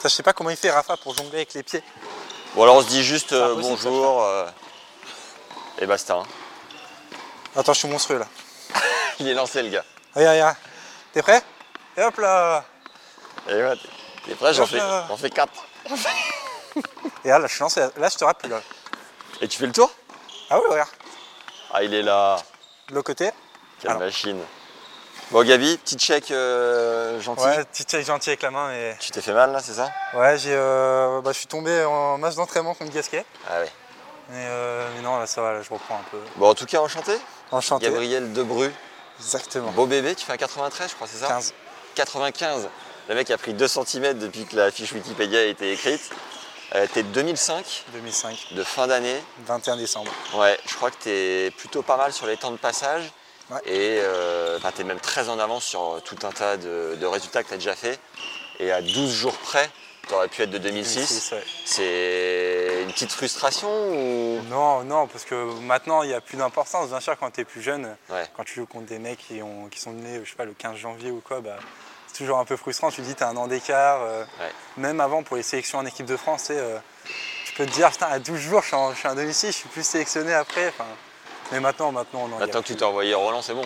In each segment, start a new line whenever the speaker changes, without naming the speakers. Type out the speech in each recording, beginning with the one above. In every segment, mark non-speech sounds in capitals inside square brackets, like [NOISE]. Ça, je sais pas comment il fait Rafa pour jongler avec les pieds.
Bon alors on se dit juste euh,
impossible,
bonjour euh, et basta. hein. [LAUGHS]
Attends, je suis monstrueux là.
Il est lancé le gars.
Regarde, regarde. T'es prêt Et hop là
Et voilà, t'es prêt J'en
Hop
fais,
là.
j'en fais quatre.
Et là, là, je suis lancé. Là, je te rappelle. Là.
Et tu fais le tour
Ah ouais, regarde.
Ah il est là.
De l'autre côté.
Quelle
Alors.
machine. Bon Gabi, petit check euh, gentil.
Ouais, petit check gentil avec la main. Et...
Tu t'es fait mal là, c'est ça
Ouais, j'ai, euh, bah, je suis tombé en match d'entraînement contre Gasquet.
Ah ouais.
Mais, euh, mais non, là, ça va, là, je reprends un peu.
Bon en tout cas enchanté.
Enchanté.
Gabriel Debru,
Exactement.
beau bébé, tu fais un 93 je crois, c'est ça
15.
95. Le mec a pris 2 cm depuis que la fiche Wikipédia a été écrite. Euh, t'es de 2005,
2005,
de fin d'année.
21 décembre.
Ouais, je crois que t'es plutôt pas mal sur les temps de passage.
Ouais.
Et euh, enfin, t'es même très en avance sur euh, tout un tas de, de résultats que t'as déjà fait. Et à 12 jours près, t'aurais pu être de 2006.
2006, ouais.
C'est une petite frustration ou.
Non, non, parce que maintenant, il n'y a plus d'importance. Bien sûr, quand tu es plus jeune,
Ouais.
quand tu joues contre des mecs qui, ont, qui sont nés, je sais pas, le 15 janvier ou quoi, bah, c'est toujours un peu frustrant. Tu te dis, tu as un an d'écart. euh,
Ouais.
Même avant, pour les sélections en équipe de France, tu sais, euh, tu peux te dire, putain, à 12 jours, je suis en- je suis un domicile, je suis plus sélectionné après. Enfin, mais maintenant, maintenant, non. il y a
Maintenant que
plus-
tu t'es envoyé Roland, c'est bon.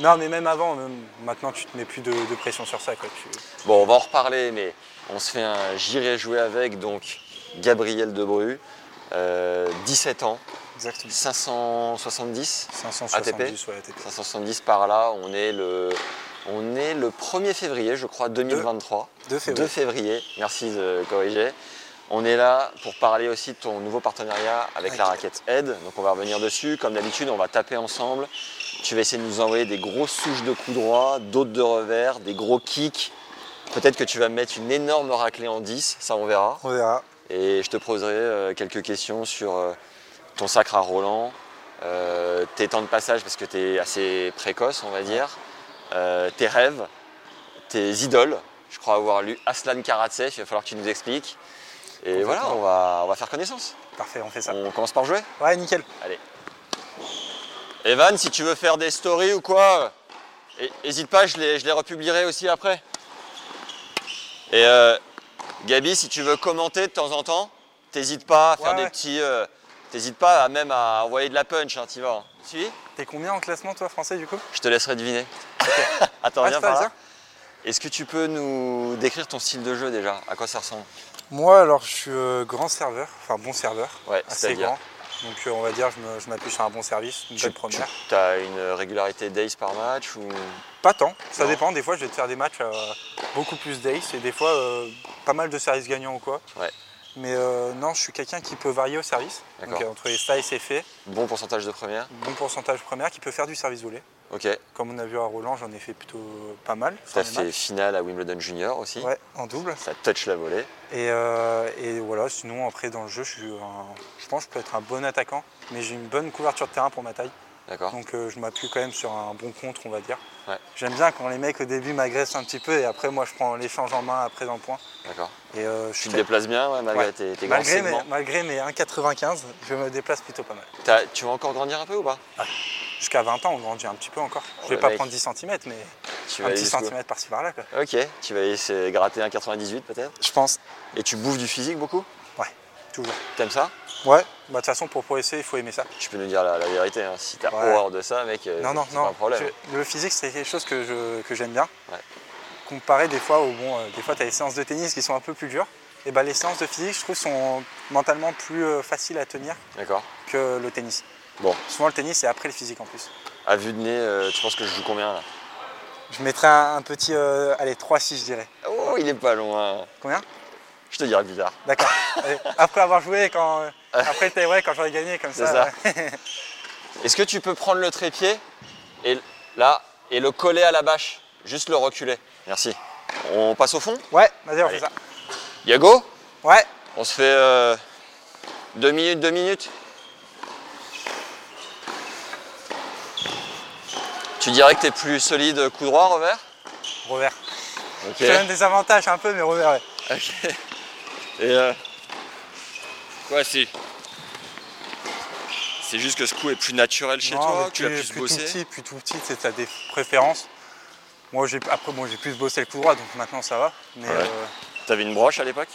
Non, mais même avant, même maintenant, tu te mets plus de, de pression sur ça. Quoi. Tu-
Bon, on va en reparler, mais on se fait un J'irai jouer avec, donc Gabriel Debru, euh, 17 ans,
Exactement.
570,
570, ouais, ATP.
570 par là, on est le, on est le 1er février, je crois, 2023.
2
2
février.
février, merci de corriger. On est là pour parler aussi de ton nouveau partenariat avec la raquette Head. Donc on va revenir dessus. Comme d'habitude, on va taper ensemble. Tu vas essayer de nous envoyer des grosses souches de coups droits, d'autres de revers, des gros kicks. Peut-être que tu vas me mettre une énorme raclée en 10, ça on verra.
On verra.
Et je te poserai euh, quelques questions sur euh, ton sacre à Roland, euh, tes temps de passage parce que tu es assez précoce, on va dire, euh, tes rêves, tes idoles. Je crois avoir lu Aslan Karatsev, il va falloir que tu nous expliques. Et voilà, on va, on va faire connaissance.
Parfait, on fait ça.
On commence par jouer.
Ouais, nickel.
Evan, si tu veux faire des stories ou quoi, n'hésite pas, je les, je les republierai aussi après. Et euh, Gabi, si tu veux commenter de temps en temps, t'hésites pas à faire
Ouais,
des
ouais.
petits. euh, t'hésites pas à même à envoyer de la punch, hein, t'y vas. hein. Si
T'es combien en classement, toi, français, du coup
Je te laisserai deviner. [LAUGHS] Attends,
Ouais,
viens
c'est pas
par là.
bizarre.
Est-ce que tu peux nous décrire ton style de jeu déjà À quoi ça ressemble
Moi, alors, je suis euh, grand serveur, enfin bon serveur,
Ouais,
assez
c'est-à-dire
grand. Donc, euh, on va dire, je me- je m'appuie sur un bon service, une
Tu
bonne première.
as une régularité days par match ou
Pas tant, ça
Non.
dépend. Des fois, je vais te faire des matchs euh, beaucoup plus days et des fois, euh, pas mal de services gagnants ou quoi.
Ouais.
Mais euh, non, je suis quelqu'un qui peut varier au service.
D'accord.
Donc, euh, entre les styles, c'est fait.
bon pourcentage de première
Bon pourcentage première qui peut faire du service volé.
Ok. Tu
Comme on a vu à Roland, j'en ai fait plutôt pas mal. sur
as
les
fait
matchs.
finale à Wimbledon Junior aussi.
Ouais, en double.
Ça touche la volée.
Et, euh, et voilà, sinon après dans le jeu, je, suis un- je pense que je peux être un bon attaquant, mais j'ai une bonne couverture de terrain pour ma taille.
D'accord.
Donc euh, je m'appuie quand même sur un bon contre, on va dire.
Ouais.
J'aime bien quand les mecs au début m'agressent un petit peu et après moi je prends l'échange en main après dans le point.
D'accord.
Et euh, je
Tu
suis
te déplaces bien ouais, malgré
Ouais.
tes, tes grands
malgré, mes,
segments.
malgré mes 1,95, je me déplace plutôt pas mal.
T'as- Tu vas encore grandir un peu ou pas
Jusqu'à 20 ans, on grandit un petit peu encore.
Oh,
je vais
le
pas
mec.
prendre 10 cm, mais
Tu
un
vas
petit
jusqu'où
centimètre par-ci par-là. quoi.
Ok, tu vas essayer de gratter un 98 peut-être.
Je pense,
Et tu bouffes du physique beaucoup
toujours.
T'aimes ça
Ouais, bah, de toute façon pour progresser, il faut aimer ça.
Tu peux nous dire la, la vérité. hein. Si t'as
Ouais.
horreur de ça, mec, euh,
Non, non,
c'est
non.
pas un problème.
Je- le physique, c'est quelque chose que, je- que j'aime bien.
Ouais.
Comparé des fois au bon, euh, des fois tu as les séances de tennis qui sont un peu plus dures. Et ben les séances de physique, je trouve, sont mentalement plus euh, faciles à tenir
D'accord.
que le tennis.
Bon.
Souvent le tennis, c'est après le physique en plus.
À vue de nez, euh, tu penses que je joue combien là
Je mettrais un, un petit, euh, allez, 3-6 je dirais.
Oh, il est pas loin.
Combien
Je te dirai plus tard. [LAUGHS]
D'accord. Allez, après avoir joué, quand, euh, après t'es ouais, quand j'aurais gagné comme
C'est
ça. euh.
ça. Est-ce que tu peux prendre le trépied et l- là et le coller à la bâche Juste le reculer. Merci. On passe au fond
Ouais, vas-y, on
Allez.
fait ça.
Yago
Ouais,
On se fait euh, deux minutes, deux minutes. Tu dirais que t'es plus solide coup droit, revers
revers.
Ok.
J'ai même des avantages un peu, mais revers, ouais.
Ok. Et euh, ouais, c'est. C'est juste que ce coup est plus naturel chez
Non,
toi,
mais
tu l'as
plus-
plus
plus tout
bossé.
petit, plus tout petit, c'est ta des préférences. Moi, j'ai après, bon, j'ai plus bossé le coup droit, donc maintenant ça va. Mais
Ouais.
euh,
T'avais une broche à l'époque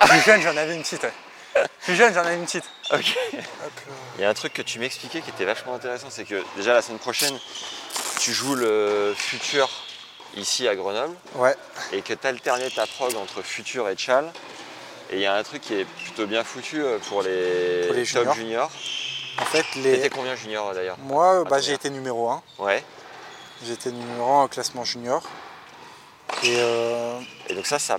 plus jeune, j'en avais une petite. ouais. Plus jeune, j'en avais une petite.
Ok. Il y a un truc que tu m'expliquais qui était vachement intéressant, c'est que déjà la semaine prochaine, tu joues le futur ici à Grenoble
Ouais.
et que tu alternais ta prog entre futur et chal. Et il y a un truc qui est plutôt bien foutu euh, pour les,
Pour les
top juniors.
En fait,
T'étais combien junior d'ailleurs
moi, euh,
bah, j'ai
été numéro 1.
Ouais.
J'étais numéro 1 au classement junior. Et euh,
Et donc ça, ça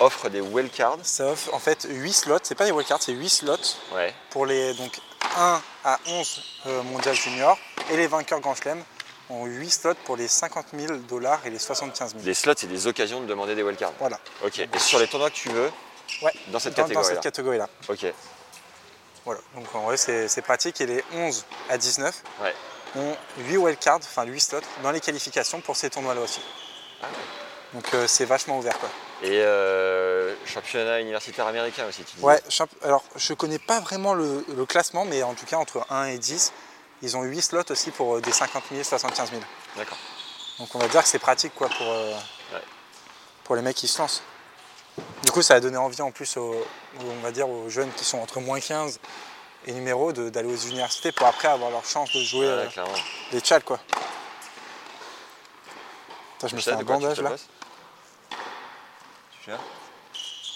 offre des wildcards.
ça offre en fait 8 slots. C'est pas des wildcards, c'est 8 slots
Ouais.
pour les donc 1 à 11 euh, mondial junior et les vainqueurs Grand Chelem ont 8 slots pour les 50 000 dollars et les 75 000.
Les slots, c'est des occasions de demander des wildcards.
Voilà,
Ok. Et sur les tournois que tu veux,
Ouais.
dans cette
dans, dans
catégorie
cette catégorie-là.
Ok.
Voilà, donc en vrai c'est c'est pratique et les 11 à 19
Ouais.
ont 8 wildcards, enfin 8 slots dans les qualifications pour ces tournois-là aussi.
Ah ouais.
Donc euh, c'est vachement ouvert quoi.
Et euh, championnat universitaire américain aussi, tu disais.
Ouais, champ- alors je connais pas vraiment le, le classement, mais en tout cas entre 1 et 10, ils ont 8 slots aussi pour euh, des 50 000, 75 000.
D'accord.
Donc on va dire que c'est pratique quoi pour, euh,
Ouais.
pour les mecs qui se lancent. Du coup ça a donné envie en plus aux, aux- on va dire aux jeunes qui sont entre moins 15 et numéro de- d'aller aux universités pour après avoir leur chance de jouer
Ah,
euh,
clairement.
les tchals quoi. Putain, je me
Ça,
fais un
de quoi tu te
bandage là. Ouais,
bosses Tu gères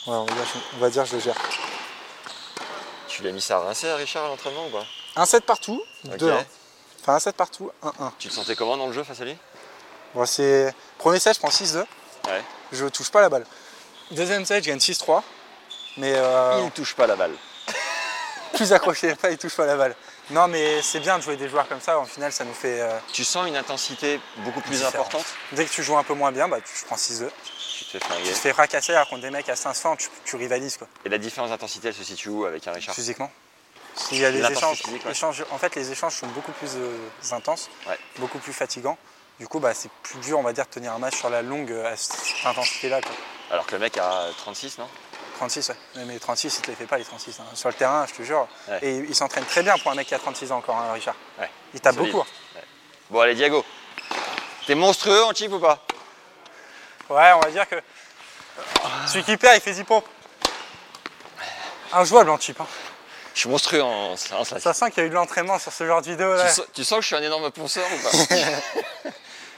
on va, dire, je- on va dire je le gère.
Tu l'as mis ça à rincer à Richard à l'entraînement ou pas
Un set partout,
Ok.
2 Enfin un set partout, 1-1.
Tu te sentais comment dans le jeu face à lui
Bon, c'est... Premier set, je prends 6-2.
Ouais.
Je touche pas la balle. Deuxième set, je gagne 6-3. Mais euh,
Il touche pas la balle.
plus accroché, [LAUGHS] pas, il touche pas la balle. Non, mais c'est bien de jouer des joueurs comme ça. En finale, ça nous fait. euh,
Tu sens une intensité beaucoup plus
Différente.
importante
dès que tu joues un peu moins bien, bah, tu je prends 6-2.
Tu te fais
Tu
flinguer.
te fais fracasser alors contre des mecs à 500, tu, tu rivalises quoi,
Et la différence d'intensité, elle se situe où avec un Richard
physiquement. Il y a des
L'intensité
échanges,
physique, ouais.
échanges- En fait, les échanges sont beaucoup plus euh, intenses,
Ouais.
beaucoup plus fatigants. Du coup, bah, c'est plus dur, on va dire, de tenir un match sur la longue euh, à cette intensité-là. quoi.
Alors que le mec a 36, non
36, ouais. Mais- Mais 36, il te les fait pas, les 36. hein. Sur le terrain, je te jure.
Ouais.
Et il s'entraîne très bien pour un mec qui a 36 ans encore, hein, Richard.
Ouais.
Il tape
Solide.
beaucoup. hein.
Bon, allez, Diago. T'es monstrueux en chip ou pas
Ouais, on va dire que celui qui perd, il fait 10 pompes. Injouable en chip. hein.
Je suis monstrueux en, en slack.
Ça sent qu'il y a eu de l'entraînement sur ce genre de vidéo. là.
Tu, sens, tu sens que je suis un énorme ponceur ou pas [LAUGHS]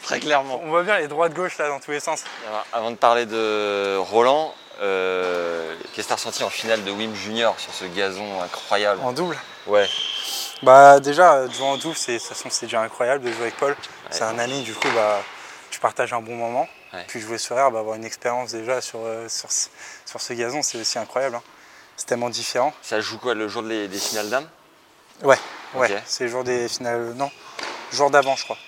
Très clairement.
On voit bien les droites gauche là dans tous les sens.
Alors, avant de parler de Roland, euh, qu'est-ce que t'as ressenti en finale de Wim Junior sur ce gazon incroyable
En double
Ouais,
Bah déjà, euh, de jouer en double, c'est, de toute façon, c'est déjà incroyable de jouer avec Paul. C'est un ami, du coup, bah, tu partages un bon moment.
Ouais.
Puis jouer sur air, bah, avoir une expérience déjà sur, euh, sur, ce- sur ce gazon, c'est aussi incroyable. hein. C'est tellement différent.
ça joue quoi le jour des, des finales dames
Ouais, ouais.
Ok.
C'est le jour des finales. Non, le jour d'avant, je crois.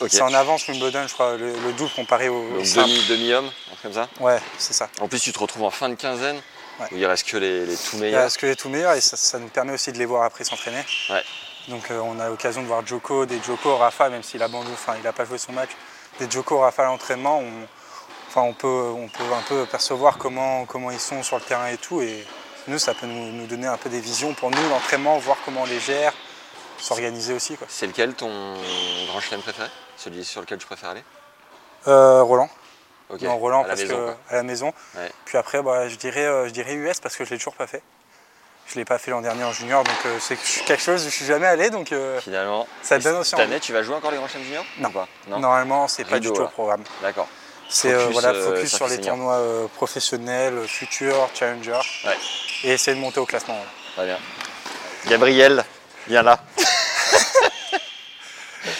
Ok.
C'est en avance Wimbledon, je crois, le, le double comparé au, au
Donc
simple.
demi, demi-homme, un truc comme ça.
Ouais, c'est ça.
En plus, tu te retrouves en fin de quinzaine,
Ouais.
où il reste que les, les tout meilleurs.
Parce que j'ai tout meilleur et ça, ça nous permet aussi de les voir après s'entraîner.
Ouais.
Donc euh, on a l'occasion de voir Joko, des Joko, Rafa, même s'il a bandu, enfin il n'a pas joué son match, des Joko, Rafa à l'entraînement, on, enfin, on, peut, on peut un peu percevoir comment, comment ils sont sur le terrain et tout. Et nous, ça peut nous, nous donner un peu des visions pour nous, l'entraînement, voir comment on les gère, s'organiser aussi. Quoi.
C'est lequel ton grand chelem préféré Celui sur lequel tu préfères aller
Euh, Roland.
Ok.
Non, Roland
à la
parce
maison,
que
quoi.
à la maison.
Ouais.
Puis après, bah, je dirais, euh, je dirais US parce que je l'ai toujours pas fait. Je l'ai pas fait l'an dernier en junior, donc euh, c'est quelque chose où je suis jamais allé, donc euh,
Finalement,
ça
Et
donne aussi
cette
envie.
année, tu vas jouer encore les grands chelem juniors
Non.
ou pas
Normalement, c'est pas du
Rideau,
tout
là.
au programme.
D'accord.
C'est euh,
Focus,
voilà,
euh,
focus sur
circuit
les
senior.
tournois euh, professionnels, futurs, challenger,
Ouais.
et essayer de monter au classement. voilà.
Très bien. Gabriel, viens là.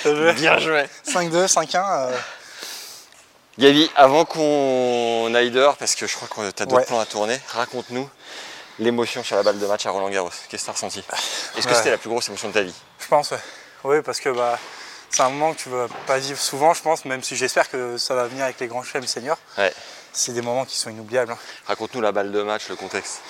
Euh, [LAUGHS]
Bien joué.
5-2, 5-1, euh,
Gabi, avant qu'on aille dehors, parce que je crois que tu as d'autres
Ouais.
plans à tourner, raconte-nous l'émotion sur la balle de match à Roland Garros. Qu'est-ce que tu as ressenti Est-ce que
Ouais.
c'était la plus grosse émotion de ta vie
je pense. ouais. Oui, parce que bah, c'est un moment que tu vas pas vivre souvent, je pense, même si j'espère que ça va venir avec les grands chelems seniors.
Ouais.
C'est des moments qui sont inoubliables. hein.
Raconte-nous la balle de match, le contexte.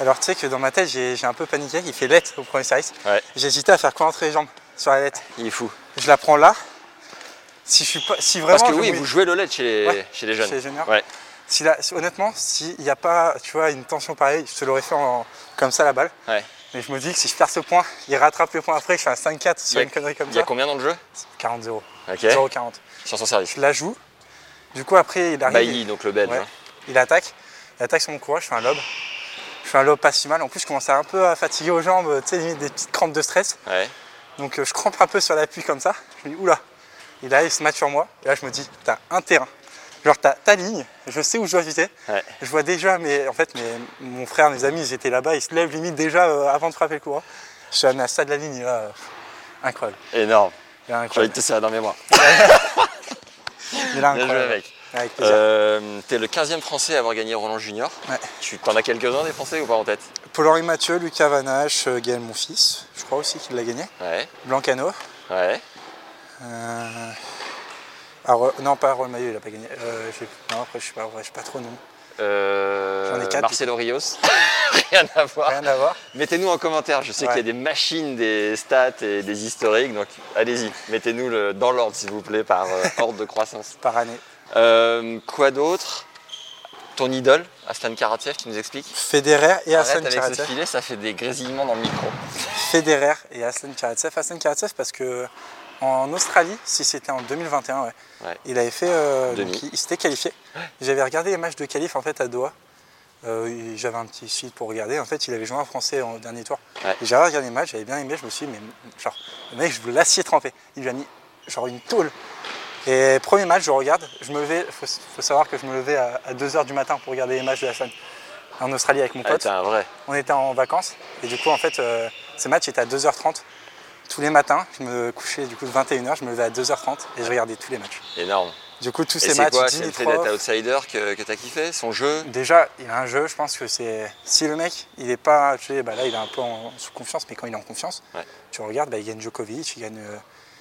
Alors tu sais que dans ma tête, j'ai j'ai un peu paniqué, il fait lettre au premier service.
Ouais.
J'hésitais à faire quoi entre les jambes sur la lettre.
Il est fou.
Je la prends là. Si je suis pas, si vraiment,
Parce que
je
oui,
mouille-
vous jouez le LED chez les,
Ouais,
chez les jeunes.
chez les juniors.
Ouais.
si la- si- honnêtement, s'il n'y a pas, tu vois, une tension pareille, je te l'aurais fait en- comme ça la balle.
Ouais.
Mais je me dis que si je perds ce point, il rattrape le point après, que je fais un 5-4
Il
sur
y a-
une connerie comme
Il y a
ça.
combien dans le jeu
40-0.
Ok.
0-40.
Sur son service.
Je la joue. Du coup, après, il arrive.
Bailly, donc le belge.
Ouais.
hein.
Il attaque, il attaque sur mon courage, je fais un lob. Je fais un lob pas si mal. En plus, je commençais un peu à fatiguer aux jambes, tu sais, limite des petites crampes de stress.
Ouais.
Donc, euh, je crampe un peu sur l'appui comme ça. Je me dis, oula. Et là, il se match sur moi. Et là, je me dis, t'as un terrain. Genre, t'as ta ligne, je sais où je dois viser.
Ouais.
Je vois déjà, mais en fait, mes- mon frère, mes amis, ils étaient là-bas, ils se lèvent limite déjà euh, avant de frapper le courant. Je suis amené à ça de la ligne, et là, euh, incroyable.
Énorme.
Il est
J'ai envie de
incroyable.
te serrer dans mes bras.
Il est
Bien joué,
incroyable.
mec.
Avec plaisir.
Euh, T'es le 15e Français à avoir gagné Roland Junior.
Ouais.
Tu t'en as quelques-uns des Français ou pas en tête
Paul-Henri Mathieu, Lucas Vanache, euh, Gaël Monfils, je crois aussi qu'il l'a gagné.
Ouais.
Blancano.
Ouais.
euh, Aro- non, pas Roll Maillot, il a pas gagné. Euh, j'ai- non, après, je sais pas, ouais, je sais pas trop, non.
Euh,
J'en ai quatre.
Marcelo Rios. [LAUGHS] Rien à voir.
Rien à voir.
Mettez-nous en commentaire. Je sais
Ouais.
qu'il y a des machines, des stats et des historiques. Donc allez-y. Mettez-nous le- dans l'ordre, s'il vous plaît, par euh, ordre de croissance.
Par année.
[LAUGHS] Euh, quoi d'autre Ton idole, Aslan Karatsev, tu nous expliques
Federer et
Arrête
Hassan
avec ce
Karatsev.
filet, ça fait des grésillements dans le micro.
Federer et Hassan Karatsev. Hassan Karatsev parce que en Australie, si c'était en 2021, ouais,
Ouais.
il avait fait. euh,
Demi.
donc il, il s'était qualifié. J'avais regardé les matchs de qualif en fait à Doha. Euh, il- j'avais un petit site pour regarder. En fait, il avait joué un Français en dernier tour.
Ouais.
Et J'avais regardé les matchs, j'avais bien aimé. Je me suis dit, mais genre, le mec, je veux l'acier trempé. Il lui a mis genre une tôle. Et premier match, je regarde. Je me levais, faut, faut savoir que je me levais à, 2h du matin pour regarder les matchs de Hassan en Australie avec mon
Ah,
pote.
t'es un vrai.
On était en vacances et du coup en fait euh, ces matchs étaient à 2h30 tous les matins. Je me couchais du coup de 21h, je me levais à 2h30 et je regardais tous les matchs.
Énorme.
Du coup tous
et
ces
c'est
matchs,
quoi C'est le fait d'être
Dimitrov,
outsider que, que t'as kiffé Son jeu
déjà il a un jeu, je pense que c'est si le mec il est pas, tu sais, bah là il est un peu en, sous confiance, mais quand il est en confiance,
Ouais.
tu regardes, bah, il gagne Djokovic, il gagne, euh,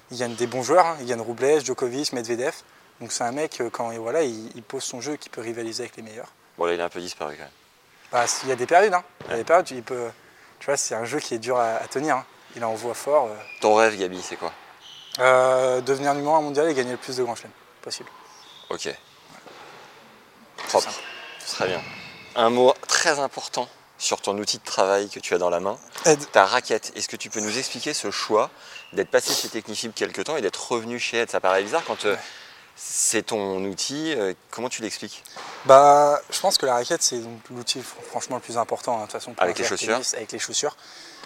il gagne des bons joueurs, hein. il gagne Rublev, Djokovic, Medvedev. Donc c'est un mec euh, quand il- voilà il, il pose son jeu qui peut rivaliser avec les meilleurs.
Bon, là, il est un peu disparu quand même.
Bah, il y a des périodes, hein. Il y a des périodes, il peut. Tu vois, c'est un jeu qui est dur à, à tenir. hein. Il envoie fort. euh.
Ton rêve, Gabi, c'est quoi
Euh, devenir numéro un mondial et gagner le plus de grands chelems possible.
Ok. Propre.
simple.
Très bien. Un mot très important sur ton outil de travail que tu as dans la main,
Aide.
ta raquette. Est-ce que tu peux nous expliquer ce choix d'être passé chez Technifib quelques temps et d'être revenu chez Ed Ça paraît bizarre quand euh,
Ouais.
c'est ton outil. euh, comment tu l'expliques
Bah, je pense que la raquette, c'est donc l'outil fr- franchement le plus important, hein, de toute façon. pour
Avec
un
les
joueur de
chaussures.
tennis, Avec les chaussures.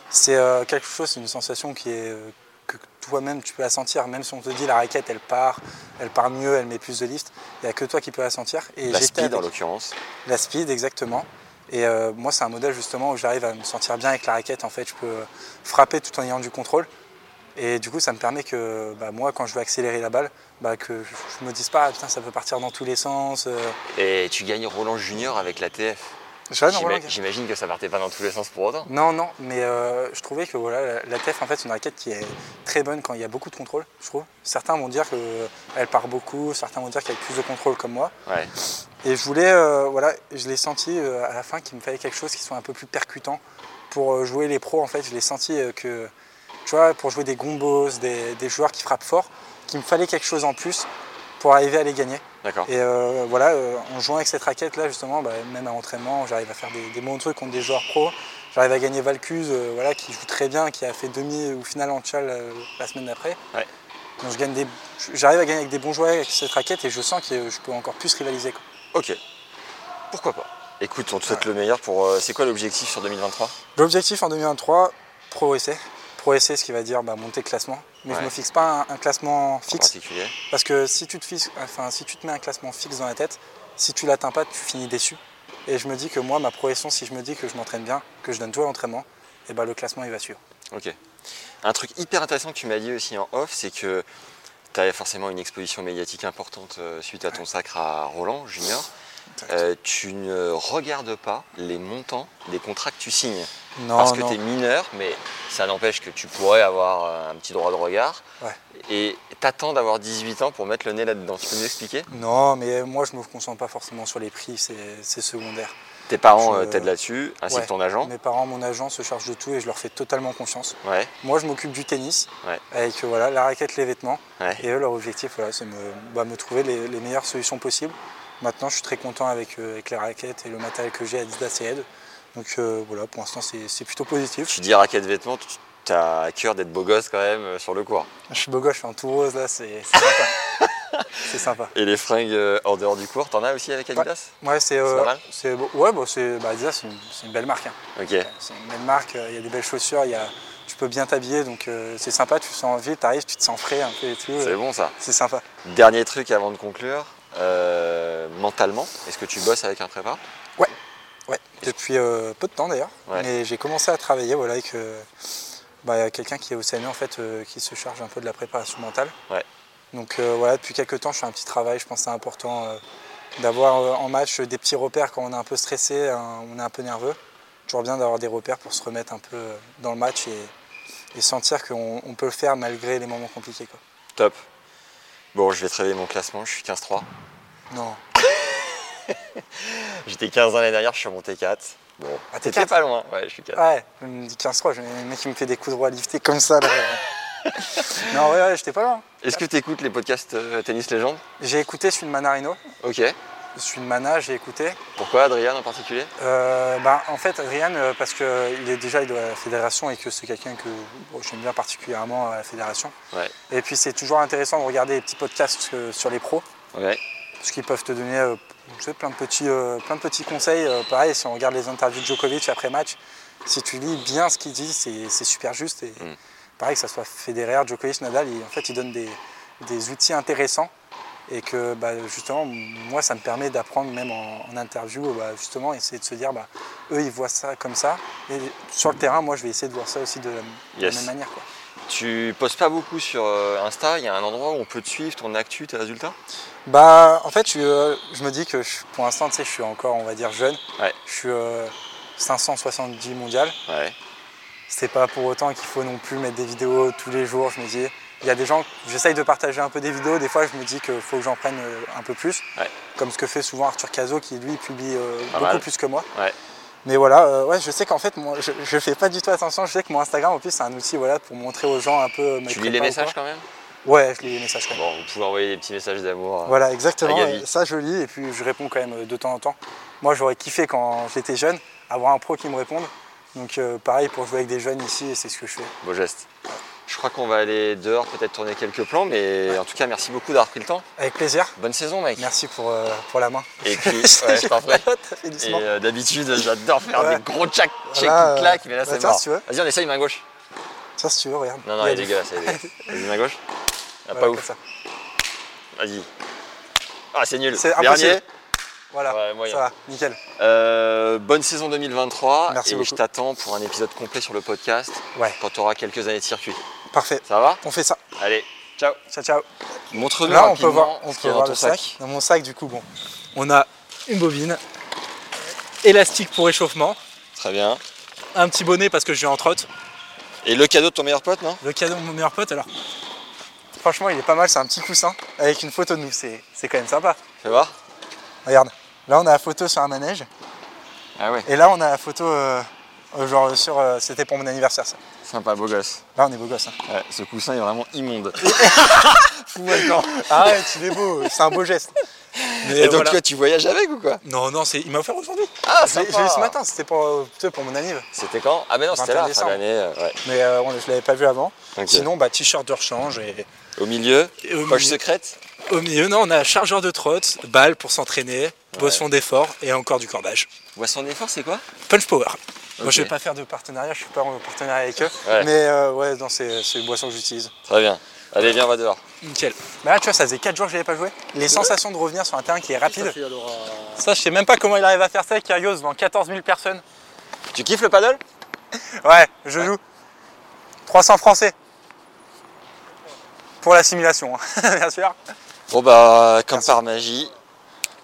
C'est euh, quelque chose, c'est une sensation qui est, euh, que toi-même tu peux la sentir. Même si on te dit la raquette, elle part, elle part mieux, elle met plus de lift, il n'y a que toi qui peux la sentir. Et j'étais
La Bah, speed
avec-
en l'occurrence.
La speed, exactement. Et euh, moi, c'est un modèle justement où j'arrive à me sentir bien avec la raquette. En fait, je peux euh, frapper tout en ayant du contrôle. Et du coup, ça me permet que bah, moi, quand je veux accélérer la balle, bah, que je, je me dise pas, Ah, putain, ça peut partir dans tous les sens. euh.
Et tu gagnes Roland Junior avec la TF.
Je vois, non,
J'ima-
Roland Garros.
J'imagine que ça partait pas dans tous les sens pour autant.
non, non, mais euh, je trouvais que voilà, la- la TEF, en fait, c'est une raquette qui est très bonne quand il y a beaucoup de contrôle, je trouve. Certains vont dire qu'elle part beaucoup, certains vont dire qu'elle a plus de contrôle comme moi.
Ouais.
Et je voulais, euh, voilà, je l'ai senti euh, à la fin qu'il me fallait quelque chose qui soit un peu plus percutant pour euh, jouer les pros. En fait, je l'ai senti euh, que, tu vois, pour jouer des gombos, des, des joueurs qui frappent fort, qu'il me fallait quelque chose en plus pour arriver à les gagner.
D'accord.
Et euh, voilà, euh, en jouant avec cette raquette là, justement, bah, même à l'entraînement, j'arrive à faire des, des bons trucs contre des joueurs pros. J'arrive à gagner Valcuse, euh, voilà, qui joue très bien, qui a fait demi ou finale en Tchal euh, la semaine d'après.
Ouais.
Donc je gagne des- j'arrive à gagner avec des bons joueurs avec cette raquette et je sens que euh, je peux encore plus rivaliser. quoi.
Ok. Pourquoi pas Écoute, on te souhaite le meilleur pour. euh, c'est quoi l'objectif sur 2023
L'objectif en 2023, progresser. Progresser, ce qui va dire bah, monter de classement. Mais je
Ouais.
ne me fixe pas un, un classement
en
fixe.
particulier
Parce que si tu, te fixes, enfin, si tu te mets un classement fixe dans la tête, si tu l'atteins pas, tu finis déçu. Et je me dis que moi, ma progression, si je me dis que je m'entraîne bien, que je donne tout à l'entraînement, eh ben, et bah, le classement, il va suivre.
Ok. Un truc hyper intéressant que tu m'as dit aussi en off, c'est que Tu avais forcément une exposition médiatique importante euh, suite à ton sacre à Roland Junior.
Exact.
Euh, tu ne regardes pas les montants des contrats que tu signes.
non,
parce que
Oh non.
tu es mineur, mais ça n'empêche que tu pourrais avoir euh, un petit droit de regard.
Ouais.
Et t'attends d'avoir 18 ans pour mettre le nez là-dedans. Tu peux nous expliquer
Non, mais moi je me concentre pas forcément sur les prix, c'est c'est secondaire.
Tes parents
Je-
euh, t'aident là-dessus, ainsi
Ouais.
que ton agent.
Mes parents, mon agent se charge de tout et je leur fais totalement confiance.
Ouais,
Moi je m'occupe du tennis,
Ouais.
avec euh, voilà, la raquette, les vêtements.
ouais.
Et eux, leur objectif, voilà, c'est me, bah, me trouver les, les meilleures solutions possibles. Maintenant, je suis très content avec, euh, avec les raquettes et le matériel que j'ai à Adidas et Ed. Donc euh, voilà, pour l'instant, c'est c'est plutôt positif.
Tu dis raquette vêtements, tu as à cœur d'être beau gosse quand même euh, sur le cours.
Je suis beau gosse, je suis en tout rose, là, c'est c'est sympa.
[LAUGHS]
c'est sympa.
Et les fringues euh, en dehors du cours, t'en as aussi avec Adidas
Ouais, c'est.
C'est
euh,
pas mal
c'est- ouais, bah, c'est- bah, Adidas, c'est une, c'est une belle marque. hein.
Ok.
C'est une belle marque, euh, il y a des belles chaussures, il y a, tu peux bien t'habiller, donc euh, c'est sympa, tu te sens vite, t'arrives, tu te sens frais un peu et tout.
C'est
euh,
bon ça.
C'est sympa.
Dernier truc avant de conclure, euh, mentalement, est-ce que tu bosses avec un prépa
Ouais, depuis euh, peu de temps d'ailleurs.
Ouais.
Mais j'ai commencé à travailler voilà, avec euh, bah, quelqu'un qui est au CNE en fait, euh, qui se charge un peu de la préparation mentale.
Ouais.
Donc euh, voilà, depuis quelques temps, je fais un petit travail. Je pense que c'est important euh, d'avoir euh, en match euh, des petits repères quand on est un peu stressé, hein, on est un peu nerveux. Toujours bien d'avoir des repères pour se remettre un peu euh, dans le match et, et sentir qu'on on peut le faire malgré les moments compliqués. Quoi.
Top. Bon, je vais te révéler mon classement, je suis 15-3.
Non.
J'étais 15 ans l'année dernière, je suis remonté 4. Bon,
Ah, t'es
t'étais
quatre
pas loin. hein. Ouais, je suis 4.
Ouais, je me dis 15-3, je- le mec qui me fait des coups de droit liftés comme ça.
[LAUGHS]
Là. non, ouais, ouais, j'étais pas loin.
Est-ce que tu écoutes les podcasts euh, Tennis Légende
J'ai écouté celui de Manarino,
Ok.
celui de Mana, j'ai écouté.
Pourquoi Adrien en particulier
Euh, bah, en fait, Adrien, euh, parce qu'il est déjà il est à la fédération et que c'est quelqu'un que bon, j'aime bien particulièrement à la fédération.
Ouais.
Et puis c'est toujours intéressant de regarder les petits podcasts euh, sur les pros,
Ouais.
parce qu'ils peuvent te donner euh, tu sais, plein, de petits, euh, plein de petits conseils. Euh, pareil, si on regarde les interviews de Djokovic après match, si tu lis bien ce qu'il dit, c'est c'est super juste. Et
Mm.
Pareil, que ça soit Federer, Djokovic, Nadal, ils- en fait, ils donnent des, des outils intéressants. Et que bah, justement, moi, ça me permet d'apprendre même en, en interview, bah, justement, essayer de se dire, bah, eux, ils voient ça comme ça. Et sur le terrain, moi, je vais essayer de voir ça aussi de la, de la
Yes.
même manière. quoi.
Tu postes pas beaucoup sur euh, Insta, il y a un endroit où on peut te suivre, ton actu, tes résultats
Bah, en fait, je, suis, euh, je me dis que je- pour l'instant, tu sais, je suis encore, on va dire, jeune.
Ouais.
Je suis euh, 570 mondial.
Ouais.
C'est pas pour autant qu'il faut non plus mettre des vidéos tous les jours. Je me dis, il y a des gens, j'essaye de partager un peu des vidéos. Des fois, je me dis qu'il faut que j'en prenne euh, un peu plus.
Ouais.
Comme ce que fait souvent Arthur Cazot, qui lui publie euh,
Pas
beaucoup
mal.
plus que moi.
Ouais.
Mais voilà, euh, ouais, je sais qu'en fait, moi, je, je fais pas du tout attention. Je sais que mon Instagram, en plus, c'est un outil voilà, pour montrer aux gens un peu. euh, mes
Tu
prépas
lis les
ou
messages
quoi.
quand même
Ouais, je lis les messages quand même.
Bon, vous pouvez envoyer des petits messages d'amour. euh,
Voilà, exactement.
Agavi.
Et Ça, je lis et puis je réponds quand même euh, de temps en temps. Moi, j'aurais kiffé quand j'étais jeune, avoir un pro qui me réponde. Donc, euh, pareil, pour jouer avec des jeunes ici, c'est ce que je fais.
Beau geste. Je crois qu'on va aller dehors, peut-être tourner quelques plans, mais en tout cas, merci beaucoup d'avoir pris le temps.
Avec plaisir.
Bonne saison, mec.
Merci pour, euh, pour la main.
Et
[LAUGHS]
puis, ouais, je t'en prie.
Ça fait
Et
doucement.
euh, d'habitude, j'adore faire
Ouais.
des gros tchac, tchèques
Voilà,
qui claquent, mais là,
bah,
c'est
tiens,
mort.
si tu veux.
Vas-y, on essaye main gauche.
Tiens, si tu veux, regarde.
Non, non, il est dégueulasse.
[LAUGHS]
il est dégueulasse. Vas-y, main gauche. Ah,
Voilà,
pas
comme
ouf.
ça.
Vas-y. Ah, c'est nul.
C'est impossible.
Dernier.
Voilà,
Ouais, moyen.
ça va, nickel.
Euh, bonne saison 2023.
Merci
et
beaucoup.
je t'attends pour un épisode complet sur le podcast
Ouais,
quand tu auras quelques années de circuit.
parfait.
Ça va
On fait ça.
Allez, ciao.
Ciao, ciao.
Montre-nous
Là, on peut
rapidement
voir, on
ce
peut
qu'il y a dans
voir
ton
le sac. Dans mon sac, du coup, bon, on a une bobine, élastique pour échauffement,
Très bien.
un petit bonnet parce que je suis en trotte,
Et le cadeau de ton meilleur pote, non
le cadeau de mon meilleur pote, alors. Franchement, il est pas mal, c'est un petit coussin avec une photo de nous, c'est c'est quand même sympa.
Fais voir.
Regarde, là, on a la photo sur un manège,
Ah ouais,
et là, on a la photo, euh, euh, genre, sur. euh, C'était pour mon anniversaire, ça.
sympa, beau gosse.
Là, on est beau gosse, hein.
Ouais, ce coussin est vraiment immonde.
[LAUGHS] Arrête, il est beau, c'est un beau geste. Mais
Et donc,
voilà.
toi, tu voyages avec ou quoi
Non, non, c'est- il m'a offert aujourd'hui.
Ah,
Je l'ai je l'ai eu ce matin, c'était pour, euh, tu sais, pour mon anniv.
C'était quand Ah, mais non, c'était
21
là, fin
décembre.
d'année. euh, ouais.
Mais euh, on- je l'avais pas vu avant.
Ok.
Sinon, bah, t-shirt de rechange. Et...
Au milieu,
Et euh, au
poche
milieu.
secrète.
Au milieu, euh, non, on a chargeur de trotte, balle pour s'entraîner, boisson d'effort et encore du cordage.
Boisson d'effort, c'est quoi
Punch Power. Moi,
Ok.
je vais pas faire de partenariat, je suis pas en partenariat avec eux.
Ouais.
Mais euh, ouais, non, c'est c'est une boisson que j'utilise.
Très bien. Allez, viens, on va dehors.
Nickel. Bah là, tu vois, ça faisait 4 jours que je l'avais pas joué. Les sensations de revenir sur un terrain qui est rapide. Ça, je sais même pas comment il arrive à faire ça, Kyrgios, devant 14 000 personnes.
Tu kiffes le paddle
Ouais, je joue. 300 français. Pour l'assimilation, hein, [LAUGHS] bien sûr.
Bon bah comme par magie,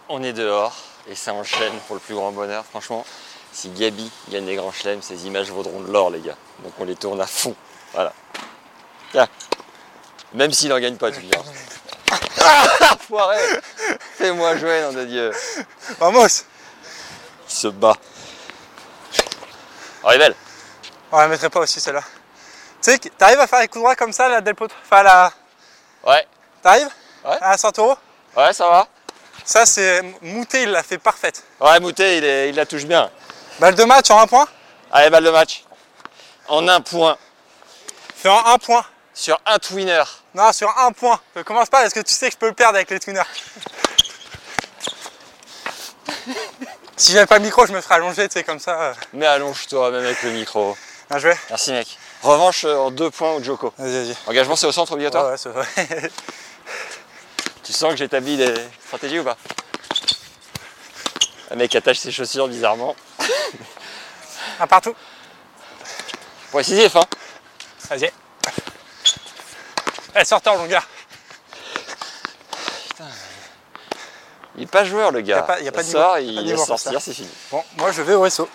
on est dehors et ça enchaîne pour le plus grand bonheur. Franchement, si Gabi gagne les grands chelems, ces images vaudront de l'or les gars. Donc on les tourne à fond. Voilà. Tiens. Même s'il n'en gagne pas, tu me diras. Ah, foiré Fais-moi jouer, nom de Dieu.
Vamos
Il se bat. Oh, elle est belle.
On la mettrait pas aussi celle-là. Tu sais, que t'arrives à faire des coups droits comme ça, la Del Potro Enfin, la.
Ouais,
T'arrives
Ouais.
À 100 euros
ouais, ça va.
Ça, c'est. Moutet, il l'a fait parfaite.
Ouais, Moutet, il, est- il la touche bien.
Balle de match en un point
Allez, balle de match. En un point,
Fais en un point.
sur un twinner.
Non, sur un point. Euh, Je commence pas parce que tu sais que je peux le perdre avec les [LAUGHS] tuners. si j'avais pas le micro, je me ferais allonger, tu sais, comme ça. euh.
Mais allonge-toi, même avec le micro.
Bien joué.
Merci, mec. Revanche euh, en deux points au Joko.
Vas-y, vas-y.
Engagement, c'est au centre obligatoire
Ouais, ouais, c'est vrai.
Tu sens que j'établis des stratégies ou pas Un mec attache ses chaussures bizarrement.
[LAUGHS] un partout.
Point décisif, hein
[LAUGHS] Vas-y. Eh, Elle sort en longueur.
Il est pas joueur, le gars.
Y a pas- y a pas
il
de niveau.
sort,
Y a pas de
il va
niveau pour
sortir,
ça.
c'est fini.
Bon, moi je vais au SO.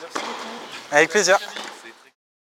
Avec plaisir.